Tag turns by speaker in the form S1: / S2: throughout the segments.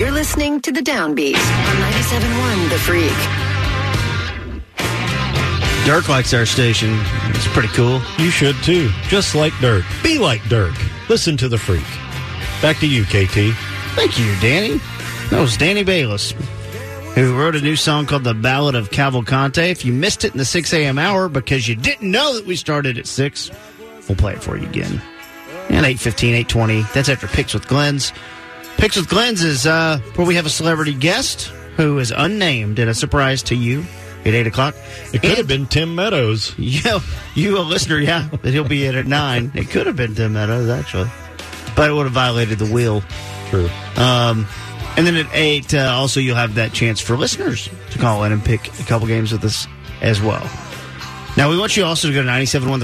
S1: You're listening to The Downbeat on 97.1 The Freak.
S2: Dirk likes our station. It's pretty cool.
S3: You should too. Just like Dirk. Be like Dirk. Listen to the freak. Back to you, KT.
S2: Thank you, Danny. That was Danny Bayless, who wrote a new song called The Ballad of Cavalcante. If you missed it in the 6 a.m. hour because you didn't know that we started at 6, we'll play it for you again. And 8.15, 8.20. That's after Picks with Glenn's. Picks with Glenn's is uh, where we have a celebrity guest who is unnamed and a surprise to you at 8 o'clock.
S3: It could have been Tim Meadows.
S2: You, you, a listener, yeah, that he'll be in at 9. It could have been Tim Meadows, actually. But it would have violated the wheel.
S3: True.
S2: Um, and then at 8, uh, also, you'll have that chance for listeners to call in and pick a couple games with us as well. Now, we want you also to go to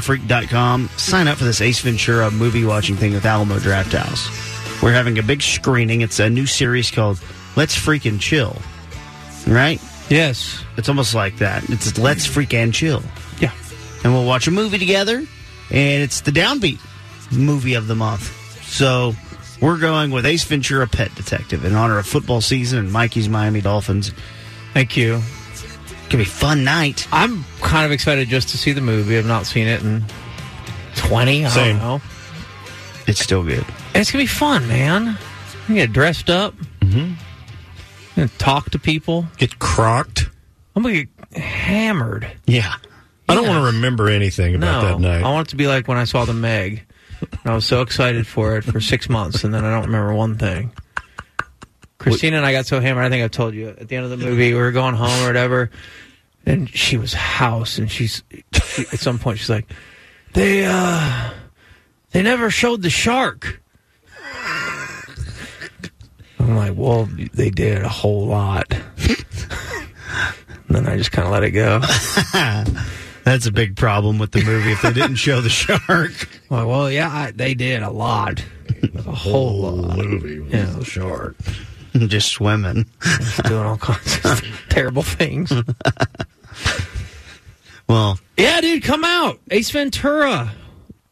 S2: 971thefreak.com, sign up for this Ace Ventura movie watching thing with Alamo Draft House. We're having a big screening. It's a new series called Let's Freaking Chill. Right?
S4: Yes.
S2: It's almost like that. It's Let's Freak and Chill.
S4: Yeah.
S2: And we'll watch a movie together, and it's the downbeat movie of the month. So we're going with Ace Ventura Pet Detective in honor of football season and Mikey's Miami Dolphins.
S4: Thank you.
S2: Could be a fun night.
S4: I'm kind of excited just to see the movie. I've not seen it in 20. I
S3: Same.
S4: don't know.
S2: It's still good.
S4: And it's going to be fun, man. You get dressed up. Mm-hmm. And talk to people.
S3: Get crocked.
S4: I'm going to get hammered.
S2: Yeah.
S3: I don't want to remember anything about
S4: No.
S3: that night.
S4: I want it to be like when I saw the Meg. And I was so excited for it for six months, and then I don't remember one thing. Christina and I got so hammered. I think I've told you at the end of the movie, we were going home or whatever, and she was house, and she's she, at some point she's like, "They uh, they never showed the shark." I'm like, "Well, they did a whole lot." and then I just kind of let it go.
S2: That's a big problem with the movie if they didn't show the shark.
S4: Like, well, yeah, I, they did a lot, a whole lot.
S3: movie was
S4: Yeah.
S3: the shark.
S2: Just swimming.
S4: doing all kinds of terrible things.
S2: Well,
S4: yeah, dude, come out. Ace Ventura.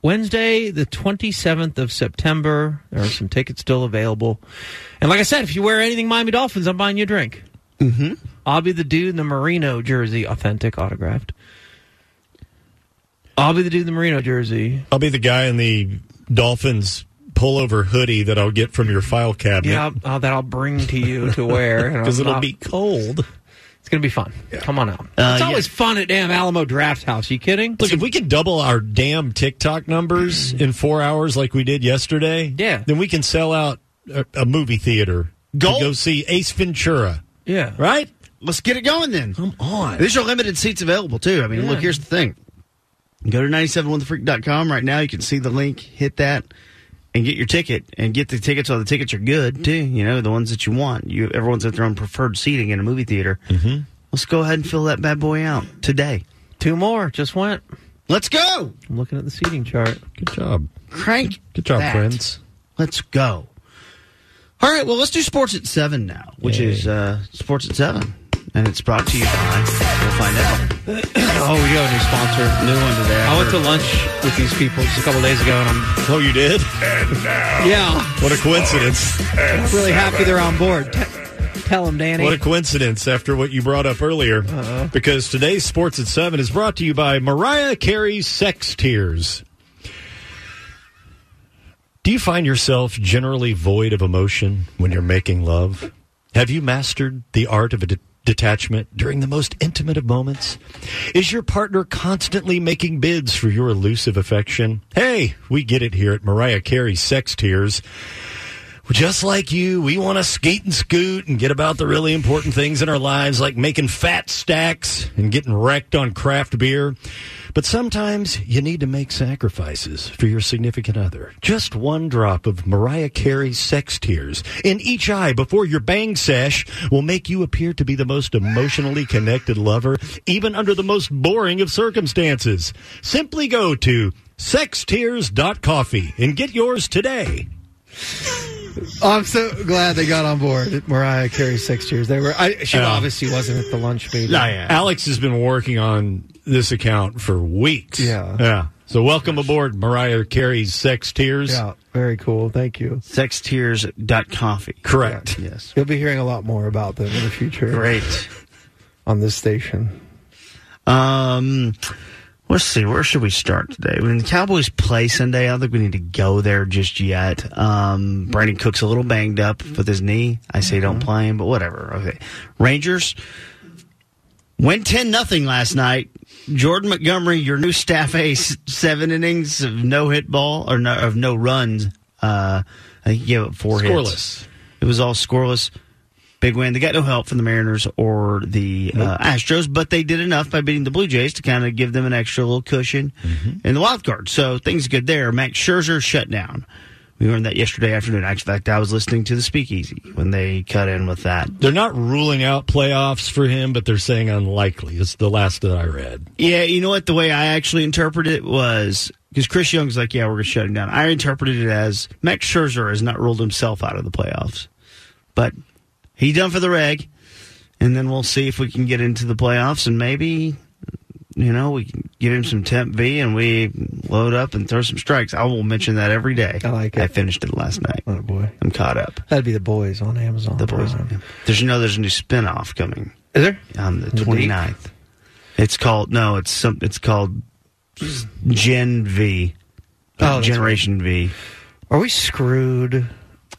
S4: Wednesday, the 27th of September. There are some tickets still available. And like I said, if you wear anything Miami Dolphins, I'm buying you a drink. Mm-hmm. I'll be the dude in the Merino jersey, authentic, autographed. I'll be the dude in the Merino jersey.
S3: I'll be the guy in the Dolphins pullover hoodie that I'll get from your file cabinet.
S4: Yeah, I'll- I'll- that I'll bring to you to wear. and
S3: Because
S4: I'll-
S3: it'll
S4: I'll-
S3: be cold.
S4: It's going to be fun. Come on out. it's
S2: yeah.
S4: always fun at damn Alamo Draft House. You kidding?
S3: Look, if we could double our damn TikTok numbers in four hours like we did yesterday,
S4: Yeah.
S3: then we can sell out a, a movie theater
S2: Go-
S3: to go see Ace Ventura.
S4: Yeah.
S3: Right?
S2: let's get it going then.
S3: Come on.
S2: These are limited seats available, too. I mean,
S4: Yeah.
S2: look, here's the thing. Go to 971thefreak.com right now. You can see the link, hit that, and get your ticket. And get the tickets. All the tickets are good, too. You know, the ones that you want. You Everyone's at their own preferred seating in a movie theater. Mm-hmm. Let's go ahead and fill that bad boy out today.
S4: Two more just went.
S2: Let's go.
S4: I'm looking at the seating chart.
S3: Good job.
S2: Crank.
S3: Good job,
S2: that.
S3: friends.
S2: Let's go. All right, well, let's do sports at seven now, which is uh, sports at seven, and it's brought to you by. We'll find out. Oh,
S4: Oh, we got a new sponsor.
S2: New one today.
S4: I went to lunch with these people just a couple days ago, and I'm
S3: Oh, you did?
S4: yeah,
S3: What a coincidence.
S4: really happy they're on board. Te- tell them, Danny.
S3: Oh, What a coincidence after what you brought up earlier. Because today's Sports at 7 is brought to you by Mariah Carey's Sex Tears. Do you find yourself generally void of emotion when you're making love? Have you mastered the art of a de- detachment during the most intimate of moments? Is your partner constantly making bids for your elusive affection? Hey, we get it here at Mariah Carey's Sex Tears. just like you, we want to skate and scoot and get about the really important things in our lives, like making fat stacks and getting wrecked on craft beer. But sometimes you need to make sacrifices for your significant other. Just one drop of Mariah Carey's sex tears in each eye before your bang sesh will make you appear to be the most emotionally connected lover, even under the most boring of circumstances. Simply go to sextears.coffee and get yours today.
S4: I'm so glad they got on board. Mariah Carey six years. They were. I, she
S3: Yeah.
S4: obviously wasn't at the lunch meeting.
S3: Alex has been working on this account for weeks.
S4: Yeah.
S3: Yeah. So welcome aboard Mariah Carey's Sex Tears.
S4: Yeah, very cool. Thank you.
S2: Sextears.coffee.
S3: Correct.
S2: Yes.
S4: You'll be hearing a lot more about them in the future
S2: Great.
S4: on this station.
S2: Um, let's see. Where should we start today? When the Cowboys play Sunday, I don't think we need to go there just yet. Um, Brandon Cook's a little banged up with his knee. I say don't play him, but whatever. Okay. Rangers win ten nothing last night. Jordan Montgomery, your new staff ace, seven innings of no hit ball or no, of no runs. Uh, I think he gave up four hits.
S3: Scoreless.
S2: It was all scoreless. Big win. They got no help from the Mariners or the uh, Astros, but they did enough by beating the Blue Jays to kind of give them an extra little cushion in the wild card. So things good there. Max Scherzer shut down. We learned that yesterday afternoon. In fact, I was listening to the Speakeasy when they cut in with that.
S3: They're not ruling out playoffs for him, but they're saying unlikely. It's the last that I read.
S2: Yeah, you know what? The way I actually interpreted it was because Chris Young's like, "Yeah, we're going to shut him down." I interpreted it as Max Scherzer has not ruled himself out of the playoffs, but he done for the reg, and then we'll see if we can get into the playoffs, and maybe you know we can give him some temp V, and we load up and throw some strikes. I will mention that every day.
S4: I like it.
S2: I finished it last night.
S4: Oh boy,
S2: I'm caught up.
S4: that'd be the boys on Amazon.
S2: The boys.
S4: Prime.
S2: There's you know there's a new spinoff coming
S5: Is there?
S2: on the
S4: The
S2: 29th. It's called no, it's some it's called Gen V.
S4: Oh, that's
S2: Generation V.
S4: Are we screwed?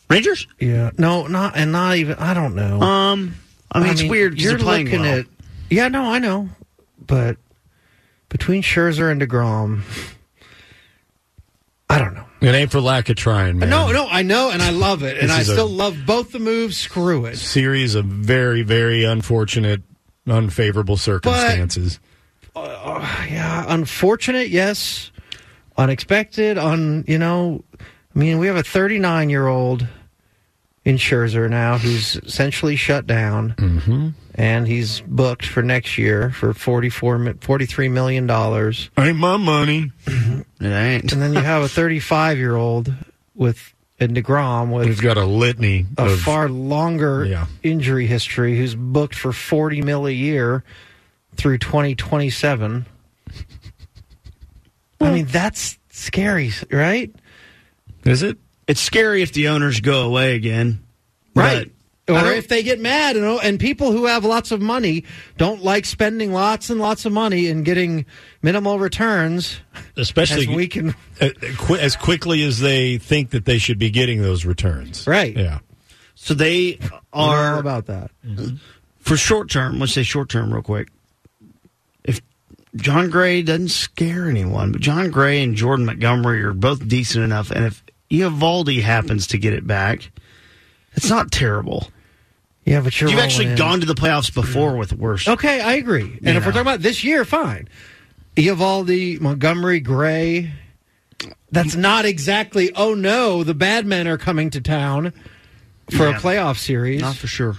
S2: Rangers?
S4: Yeah. No, not and not even. I don't know.
S2: Um I mean, it's weird 'cause they're playing well.
S4: Yeah, no, I know, but between Scherzer and Degrom, I don't know.
S3: It ain't for lack of trying, man.
S4: No, no, I know, and I love it, and
S3: This
S4: I
S3: is a-
S4: still love both the moves. Screw it.
S3: Series of very, very unfortunate, unfavorable circumstances.
S4: Yeah, unfortunate, yes, unexpected, un. You know, I mean, we have a 39 year old in Scherzer now who's essentially shut down, mm-hmm. and he's booked for next year for 44, mi- 43 million dollars.
S3: ain't my money.
S2: It ain't.
S4: and then you have a 35 year old with and Degrom
S3: We've
S4: with
S3: got a litany
S4: a
S3: of
S4: far longer
S3: Yeah.
S4: injury history who's booked for 40 mil a year through 2027. I mean, that's scary, right?
S3: Is it?
S2: It's scary if the owners go away again.
S4: Right.
S2: I
S4: Or
S2: don't-
S4: if they get mad, and, and people who have lots of money don't like spending lots and lots of money and getting minimal returns,
S3: Especially
S4: as we can.
S3: uh, qui- as quickly as they think that they should be getting those returns.
S4: Right.
S3: Yeah.
S2: But- so they
S4: Are
S2: are
S4: about that.
S2: for short term, let's say short term real quick. If John Gray doesn't scare anyone, but John Gray and Jordan Montgomery are both decent enough, and if Iavaldi happens to get it back, it's not terrible.
S4: Yeah, but you're
S2: You've actually
S4: rolling in.
S2: gone to the playoffs before with worse.
S4: Okay, I agree. And if
S2: know.
S4: we're talking about this year, fine. Ivaldi, Montgomery, Gray. That's not exactly. Oh no, the bad men are coming to town for
S2: Yeah.
S4: a playoff series,
S2: Not for sure.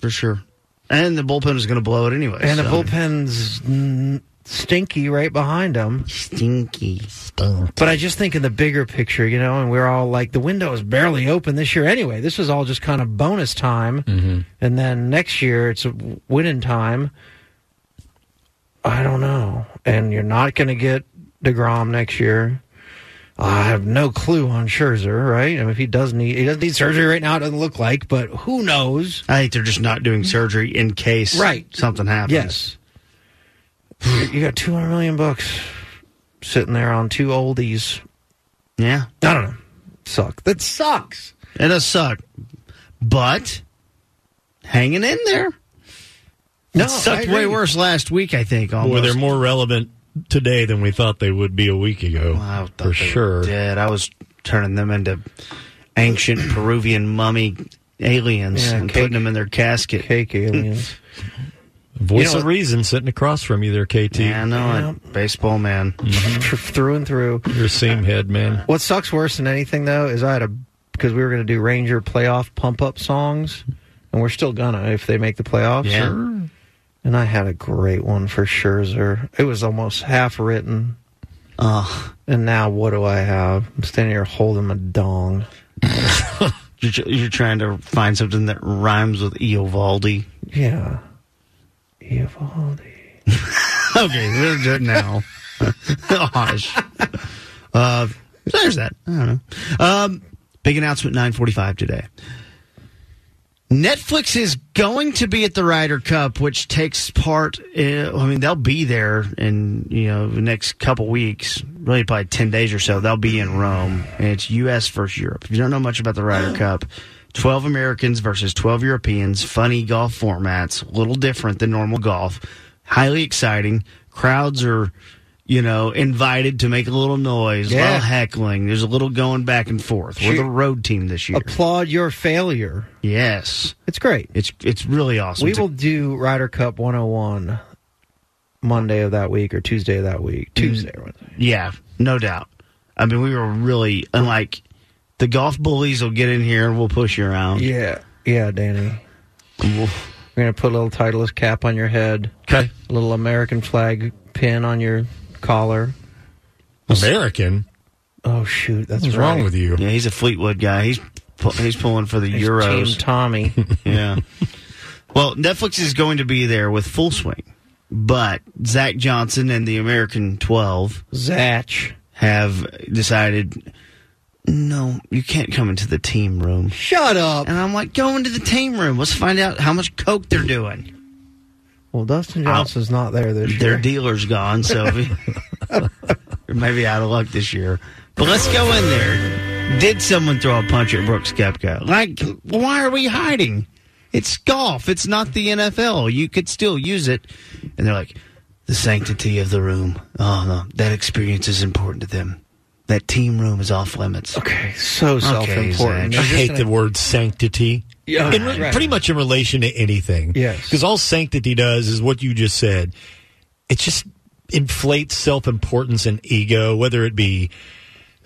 S2: For sure. And the bullpen is going to blow it anyway.
S4: and the
S2: so.
S4: bullpen's mm, stinky right behind them.
S2: Stinky.
S4: But I just think in the bigger picture, you know, and we're all like, the window is barely open this year anyway. This was all just kind of bonus time,
S2: Mm-hmm.
S4: and then next year it's a winning time. I don't know, and you're not going to get Degrom next year. I have no clue on Scherzer, right? I mean, if he does need he doesn't need surgery right now, it doesn't look like, but who knows?
S2: I think they're just not doing surgery in case
S4: Right.
S2: something happens.
S4: Yes, you got two hundred million bucks sitting there on two oldies.
S2: Yeah.
S4: I don't know. Suck. That sucks.
S2: It does suck. But hanging in there.
S4: No,
S2: it sucked
S4: I
S2: way
S4: agree.
S2: worse last week, I think. Almost.
S3: Boy, they're more relevant today than we thought they would be a week ago.
S2: I thought they
S3: for
S2: were
S3: sure.
S2: Dead. I was turning them into ancient Peruvian mummy aliens
S4: Yeah,
S2: and
S4: cake-
S2: putting them in their casket.
S4: Cake aliens.
S3: Voice
S2: You know-
S3: of reason sitting across from you there, KT.
S2: Yeah, I know it. Baseball man.
S4: through and through.
S3: Your seam head, man.
S4: What sucks worse than anything though is I had a because we were going to do Ranger playoff pump up songs, and we're still gonna if they make the playoffs.
S2: Yeah.
S4: And I had a great one for Scherzer. It was almost half written.
S2: Ugh.
S4: And now what do I have? I'm standing here holding my dong.
S2: You're, tr- you're trying to find something that rhymes with Eovaldi.
S4: Yeah. Evaldi.
S2: Okay, we're good now. Gosh. Uh, there's that. I don't know. Um, big announcement 945 today. Netflix is going to be at the Ryder Cup, which takes part. In, I mean, they'll be there in you know the next couple weeks, really probably ten days or so. They'll be in Rome, and it's U.S. versus Europe. If you don't know much about the Ryder Cup, twelve Americans versus twelve Europeans. Funny golf formats, a little different than normal golf. Highly exciting. Crowds are, you know, invited to make a little noise, a
S4: Yeah.
S2: little heckling. There's a little going back and forth. We're the road team this year.
S4: Applaud your failure.
S2: yes.
S4: It's great.
S2: It's it's really awesome.
S4: We
S2: It's a-
S4: will do Ryder Cup 101 Monday of that week or Tuesday of that week. Tuesday or Wednesday.
S2: Yeah, no doubt. I mean, we were really unlike the golf bullies will get in here and we'll push you around.
S4: Yeah. Yeah, Danny.
S2: We'll-
S4: We're going to put a little Titleist cap on your head,
S3: Okay.
S4: a little American flag pin on your collar.
S3: American.
S4: Oh, shoot. That's
S3: What's
S4: right.
S3: wrong with you?
S2: Yeah, he's a Fleetwood guy. He's pu- he's pulling for the
S4: It's
S2: Euros.
S4: Team Tommy.
S2: yeah. Well, Netflix is going to be there with full swing, but Zach Johnson and the American Twelve
S4: Zatch.
S2: have decided. No, you can't come into the team room.
S4: Shut up.
S2: And I'm like, go into the team room. Let's find out how much coke they're doing.
S4: Well, Dustin Johnson's not there this
S2: their
S4: year.
S2: dealer's gone, so maybe out of luck this year. But let's go in there. Did someone throw a punch at Brooks Koepka? Like, why are we hiding? It's golf. It's not the NFL. You could still use it. And they're like, the sanctity of the room. Oh no, that experience is important to them. That team room is off limits.
S4: okay, so self-important.
S2: Zach.
S3: I hate the word sanctity.
S4: Yeah,
S3: In re-
S4: right.
S3: Pretty much in relation to anything.
S4: Yes.
S3: Because all sanctity does is what you just said. It just inflates self importance and ego, whether it be,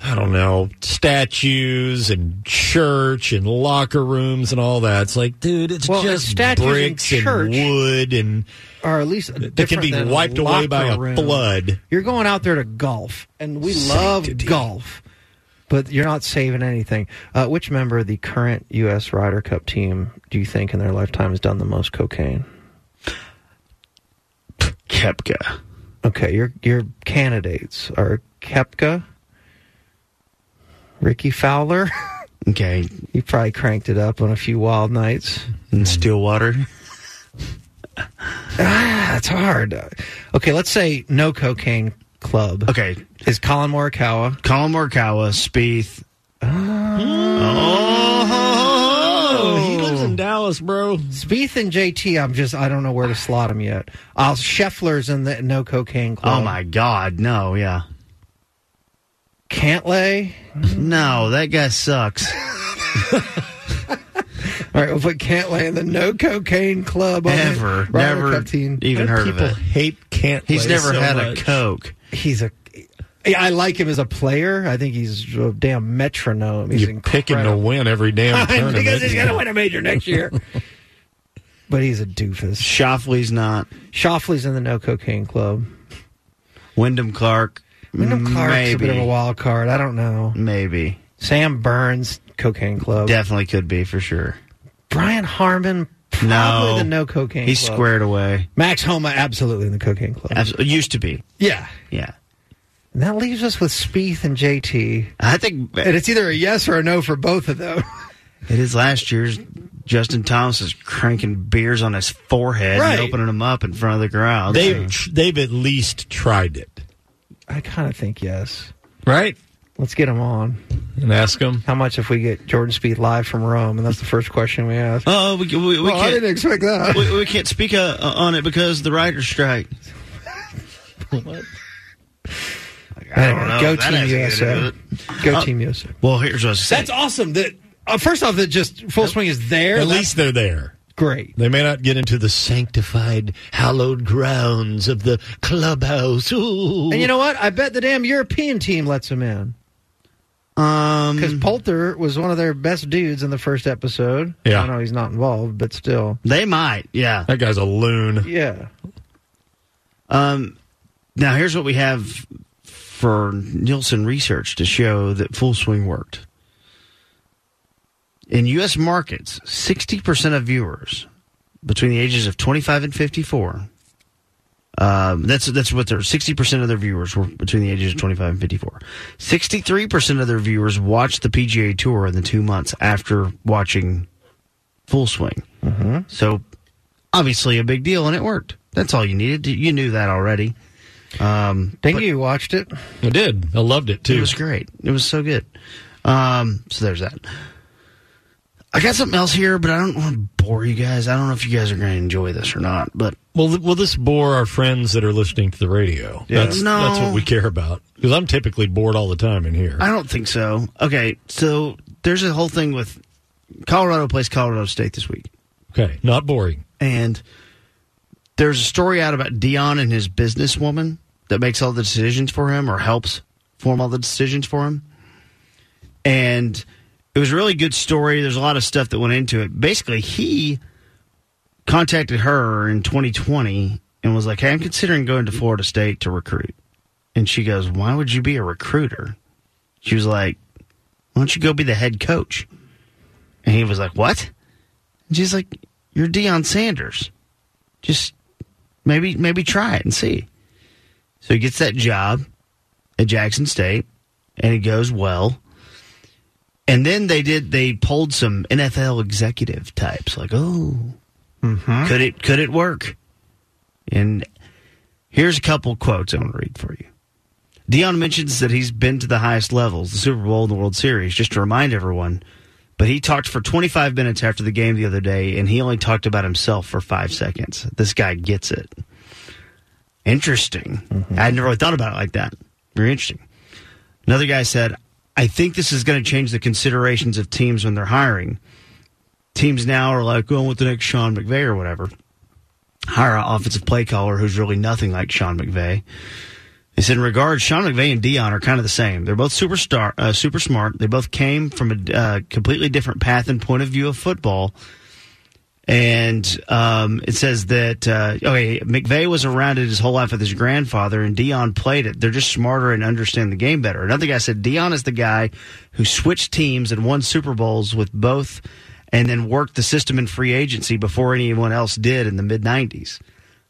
S3: I don't know, statues and church and locker rooms and all that. It's like, dude, it's
S4: Well,
S3: just
S4: statues and
S3: bricks and,
S4: church-
S3: wood and
S4: or at least
S3: that can
S4: different
S3: be
S4: than a
S3: wiped away by a
S4: locker room.
S3: flood.
S4: You're going out there to golf, and we
S3: Sanctity.
S4: love golf, but you're not saving anything. Uh, which member of the current U.S. Ryder Cup team do you think in their lifetime has done the most cocaine?
S2: Koepka.
S4: Okay, your your candidates are Kepka, Ricky Fowler.
S2: Okay,
S4: he probably cranked it up on a few wild nights.
S2: and Stillwater.
S4: That's hard. Okay, let's say no cocaine club.
S2: Okay,
S4: is Colin Morikawa.
S2: Colin Morikawa, Spieth.
S4: Oh.
S3: He lives in Dallas, bro.
S4: Spieth and JT, I'm just I don't know where to slot him yet. I'll Scheffler's in the no cocaine club.
S2: Oh my God, no, yeah.
S4: Cantlay.
S2: No, that guy sucks.
S4: All right, we'll put Cantlay in the no cocaine club. on it.
S2: Ever,
S4: Ryder
S2: never
S4: Cup team.
S2: even heard of
S3: People
S2: it.
S3: hate can't.
S2: He's never had a
S3: coat.
S2: coke.
S4: He's a. I like him as a player. I think he's a damn metronome. He's
S3: You're picking to
S4: incredible.
S3: win every damn tournament.
S4: because he's going to win a major next year. but he's a doofus.
S2: Shoffley's not.
S4: Shoffley's in the no cocaine club.
S2: Wyndham Clark.
S4: Wyndham Clark's
S2: maybe,
S4: a bit of a wild card. I don't know.
S2: Maybe.
S4: Sam Burns, cocaine club.
S2: Definitely could be for sure.
S4: Brian Harmon, probably
S2: No.
S4: the no cocaine.
S2: He's
S4: club.
S2: squared away.
S4: Max Homa, absolutely in the cocaine club.
S2: Abs- Used to be.
S4: yeah,
S2: Yeah.
S4: and that leaves us with Spieth and JT,
S2: I think
S4: and
S2: it
S4: it's either a yes or a no for both of them.
S2: is last year's. Justin Thomas is cranking beers on his forehead
S4: Right.
S2: and opening them up in front of the crowd.
S3: They've tr- they've at least tried it,
S4: I kind of think yes.
S3: right?
S4: Let's get them on.
S3: And ask them.
S4: How much if we get Jordan Spieth live from Rome? And that's the first question we ask.
S2: oh, we, we, we
S4: Well, I
S2: can't.
S4: didn't expect that.
S2: we, we can't speak uh, on it because the writer's strike. I don't know.
S4: Go
S2: That
S4: Team
S2: has to get
S4: USA.
S2: into Uh,
S4: Go Team USA.
S2: Well, here's what I was saying.
S4: That's awesome. That uh, first off, that just full swing is there.
S3: At
S4: That's
S3: least they're there.
S4: great.
S3: They may not get into the sanctified, hallowed grounds of the clubhouse. Ooh.
S4: And you know what? I bet the damn European team lets him in because
S2: Um,
S4: Poulter was one of their best dudes in the first episode.
S3: Yeah.
S4: I know he's not involved, but still,
S2: they might, yeah.
S3: that guy's a loon.
S4: yeah.
S2: Um, now, here's what we have for Nielsen research to show that full swing worked. In U.S. markets, 60% of viewers between the ages of 25 and 54. Um, that's that's what their 60% of their viewers were between the ages of 25 and 54. 63% of their viewers watched the PGA Tour in the two months after watching Full Swing. So obviously a big deal, and it worked. That's all you needed. You knew that already. Um,
S4: Think you watched it?
S3: I did. I loved it
S2: it
S3: too.
S2: was great. It was so good. Um, so there's that. I got something else here, but I don't want to bore you guys. I don't know if you guys are going to enjoy this or not, but
S3: Well, th- will this bore our friends that are listening to the radio?
S2: Yeah.
S3: That's,
S2: No.
S3: that's what we care about. Because I'm typically bored all the time in here.
S2: I don't think so. Okay, so there's a whole thing with Colorado plays Colorado State this week,
S3: okay, not boring.
S2: and there's a story out about Dion and his businesswoman that makes all the decisions for him or helps form all the decisions for him. And it was a really good story. There's a lot of stuff that went into it. Basically, he contacted her in 2020 and was like, "Hey, I'm considering going to Florida State to recruit." And she goes, "Why would you be a recruiter?" She was like, "Why don't you go be the head coach?" And he was like, "What?" And she's like, "You're Deion Sanders. Just maybe maybe try it and see." So he gets that job at Jackson State, and it goes well. And then they did they polled some NFL executive types like, "Oh, could it could it work?" And here's a couple quotes I'm going to read for you. Dion mentions that he's been to the highest levels, the Super Bowl and the World Series, just to remind everyone. But he talked for 25 minutes after the game the other day, and he only talked about himself for five seconds. This guy gets it. Interesting. I never really thought about it like that. Very interesting. Another guy said, I think this is going to change the considerations of teams when they're hiring. Teams now are like, going with the next Sean McVay or whatever. Hire an offensive play caller who's really nothing like Sean McVay. He said, in regards, Sean McVay and Dion are kind of the same. They're both super star, uh, super smart. They both came from a uh, completely different path and point of view of football. And um, it says that uh, okay, McVay was around it his whole life with his grandfather, and Dion played it. They're just smarter and understand the game better. Another guy said Dion is the guy who switched teams and won Super Bowls with both, and then worked the system in free agency before anyone else did in the mid '90s.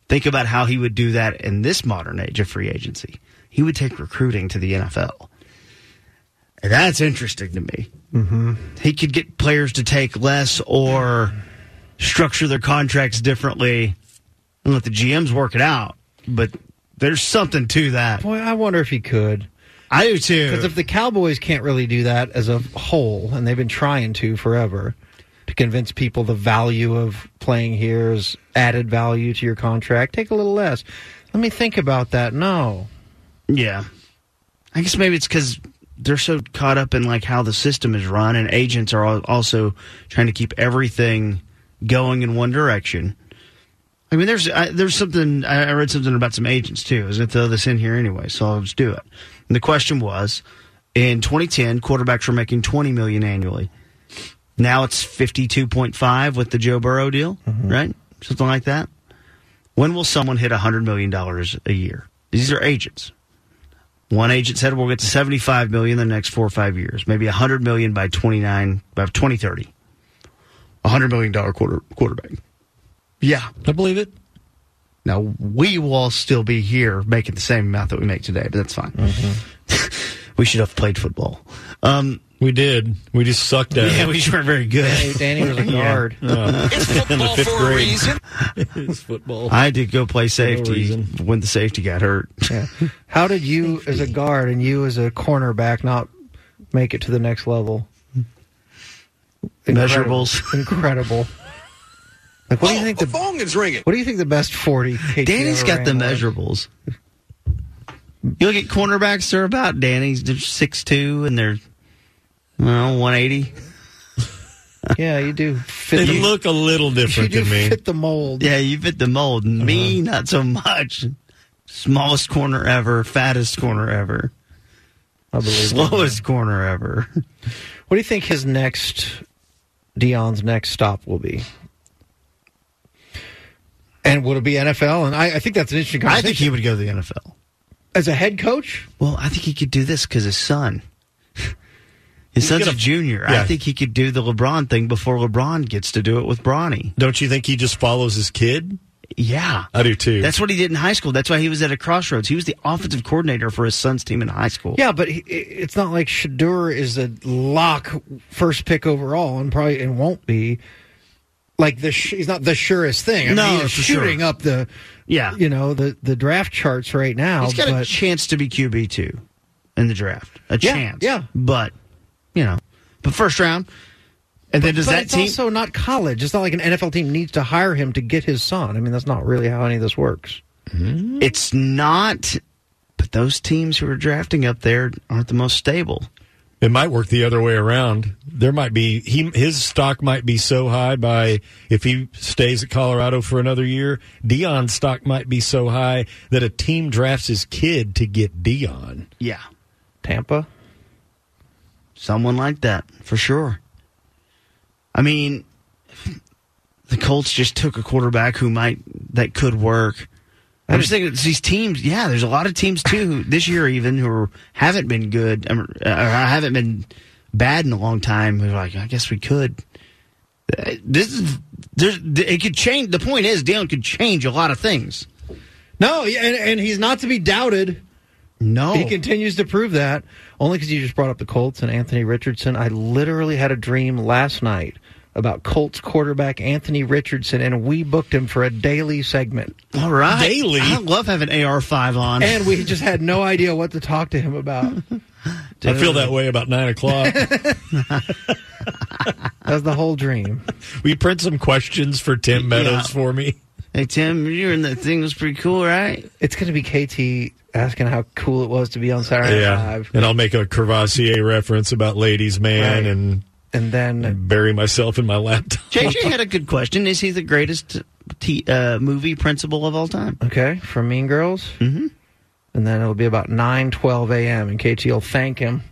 S2: Think about how he would do that in this modern age of free agency. He would take recruiting to the NFL. And that's interesting to me. Mm-hmm. He could get players to take less or structure their contracts differently and let the GMs work it out. But there's something to that.
S4: Boy, I wonder if he could.
S2: I do too.
S4: Because if the Cowboys can't really do that as a whole, and they've been trying to forever, to convince people the value of playing here is added value to your contract, take a little less. Let me think about that. No.
S2: Yeah. I guess maybe it's because they're so caught up in like how the system is run, and agents are al- also trying to keep everything going in one direction. I mean, there's I, there's something I I read something about some agents too. I was going to throw this in here anyway, so I'll just do it. And the question was, in 2010, quarterbacks were making 20 million annually. Now it's 52.5 with the Joe Burrow deal, right? Something like that. When will someone hit 100 million dollars a year? These are agents, one agent said we'll get to 75 million in the next four or five years, maybe 100 million by 29 by 2030. 100 million dollar quarter quarterback. Yeah.
S3: I believe it.
S2: Now we will all still be here making the same amount that we make today, but that's fine. we should have played football. Um,
S3: We did. We just sucked at
S2: yeah,
S3: it.
S2: we just weren't very good.
S4: Hey, Danny was a guard.
S3: in the fifth grade. it's football.
S2: I did go play safety
S3: reason.
S2: when the safety got hurt.
S4: Yeah. How did you, as a guard, and you, as a cornerback, not make it to the next level?
S2: Measurables.
S4: Incredible. Like,
S3: Oh,
S4: what do you think the
S6: phone is ringing.
S4: what do you think the best forty?
S2: Danny's got the
S4: measure.
S2: measurables. You look at cornerbacks; they're about Danny's they're six two and they're well one eighty.
S4: Yeah, you do fit.
S3: They
S4: The,
S3: look a little
S4: you
S3: different
S4: do
S3: than me.
S4: fit the mold.
S2: Yeah, you fit the mold. Me, not so much. Smallest corner ever, fattest corner ever,
S4: I believe. that.
S2: slowest corner ever.
S4: What do you think his next Dion's next stop will be? And would it be NFL? And I, I think that's an interesting
S2: I
S4: conversation.
S2: think he would go to the NFL.
S4: as a head coach,
S2: Well, I think he could do this because his son. His son's a
S3: gonna-
S2: junior.
S3: Yeah.
S2: I think he could do the LeBron thing before LeBron gets to do it with Bronny.
S3: Don't you think he just follows his kid?
S2: Yeah.
S3: I do too.
S2: That's what he did in high school. That's why he was at a crossroads. He was the offensive coordinator for his son's team in high school.
S4: yeah, but he, it's not like Shadur is a lock first pick overall, and probably and won't be. Like the sh- he's not the surest thing. I
S2: No,
S4: mean, he's
S2: for
S4: shooting
S2: sure.
S4: up the
S2: Yeah.
S4: you know the the draft charts right now.
S2: He's got a
S4: Oh, but
S2: chance to be QB two in the draft. A
S4: Yeah,
S2: chance.
S4: yeah.
S2: But you know. But first round. And then does
S4: but
S2: that
S4: it's
S2: team
S4: also not college. It's not like an NFL team needs to hire him to get his son. I mean, that's not really how any of this works.
S2: it's not but those teams who are drafting up there aren't the most stable.
S3: It might work the other way around. There might be he his stock might be so high by if he stays at Colorado for another year, Dion's stock might be so high that a team drafts his kid to get Dion.
S2: Yeah.
S4: Tampa.
S2: Someone like that, for sure. I mean the Colts just took a quarterback who might that could work. I'm just thinking it's these teams. Yeah, there's a lot of teams too who, this year even who are, haven't been good um, or haven't been bad in a long time. Who's like, I guess we could. Uh, This is there's, it could change. The point is, Dalen could change a lot of things.
S4: No, yeah, and, and he's not to be doubted.
S2: No,
S4: He continues to prove that only because you just brought up the Colts and Anthony Richardson. I literally had a dream last night about Colts quarterback Anthony Richardson, and we booked him for a daily segment.
S2: all right.
S3: Daily.
S2: I love having AR five on.
S4: And we just had no idea what to talk to him about.
S3: I feel that way about nine o'clock.
S4: That was the whole dream.
S3: we print some questions for Tim Meadows
S2: Yeah.
S3: for me.
S2: hey Tim, you were in that thing was pretty cool, right?
S4: It's going to be KT asking how cool it was to be on Saturday Night Live.
S3: And I'll make a Courvoisier reference about Ladies Man
S4: Right.
S3: and
S4: And then
S3: bury myself in my laptop.
S2: JJ had a good question. Is he the greatest t- uh, movie principal of all time?
S4: Okay, from Mean Girls. Mm-hmm. And then it'll be about 9, 12 a.m. And KT will thank him.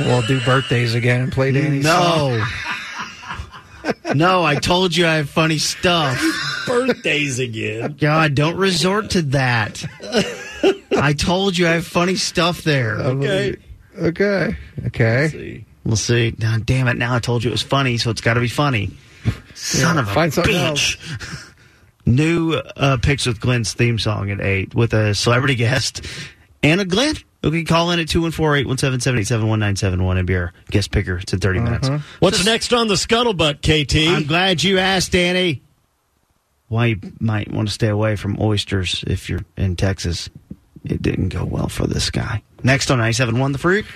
S4: we'll do birthdays again and play Danny's song.
S2: No. no, I told you I have funny stuff.
S3: Birthdays again.
S2: God, don't resort to that. I told you I have funny stuff there.
S3: Okay.
S4: Okay. Okay.
S2: We'll see. Now, damn it. Now I told you it was funny, so it's got to be funny. Son of a
S4: find something
S2: bitch. New uh, Picks with Glenn's theme song at 8 with a celebrity guest, Anna Glenn. who can call in at 214 817 787 1971 and be our guest picker. It's in 30
S4: Uh-huh.
S2: minutes.
S3: What's next on the scuttlebutt, KT?
S2: I'm glad you asked, Danny. Why you might want to stay away from oysters if you're in Texas. It didn't go well for this guy. Next on 971 The Fruit.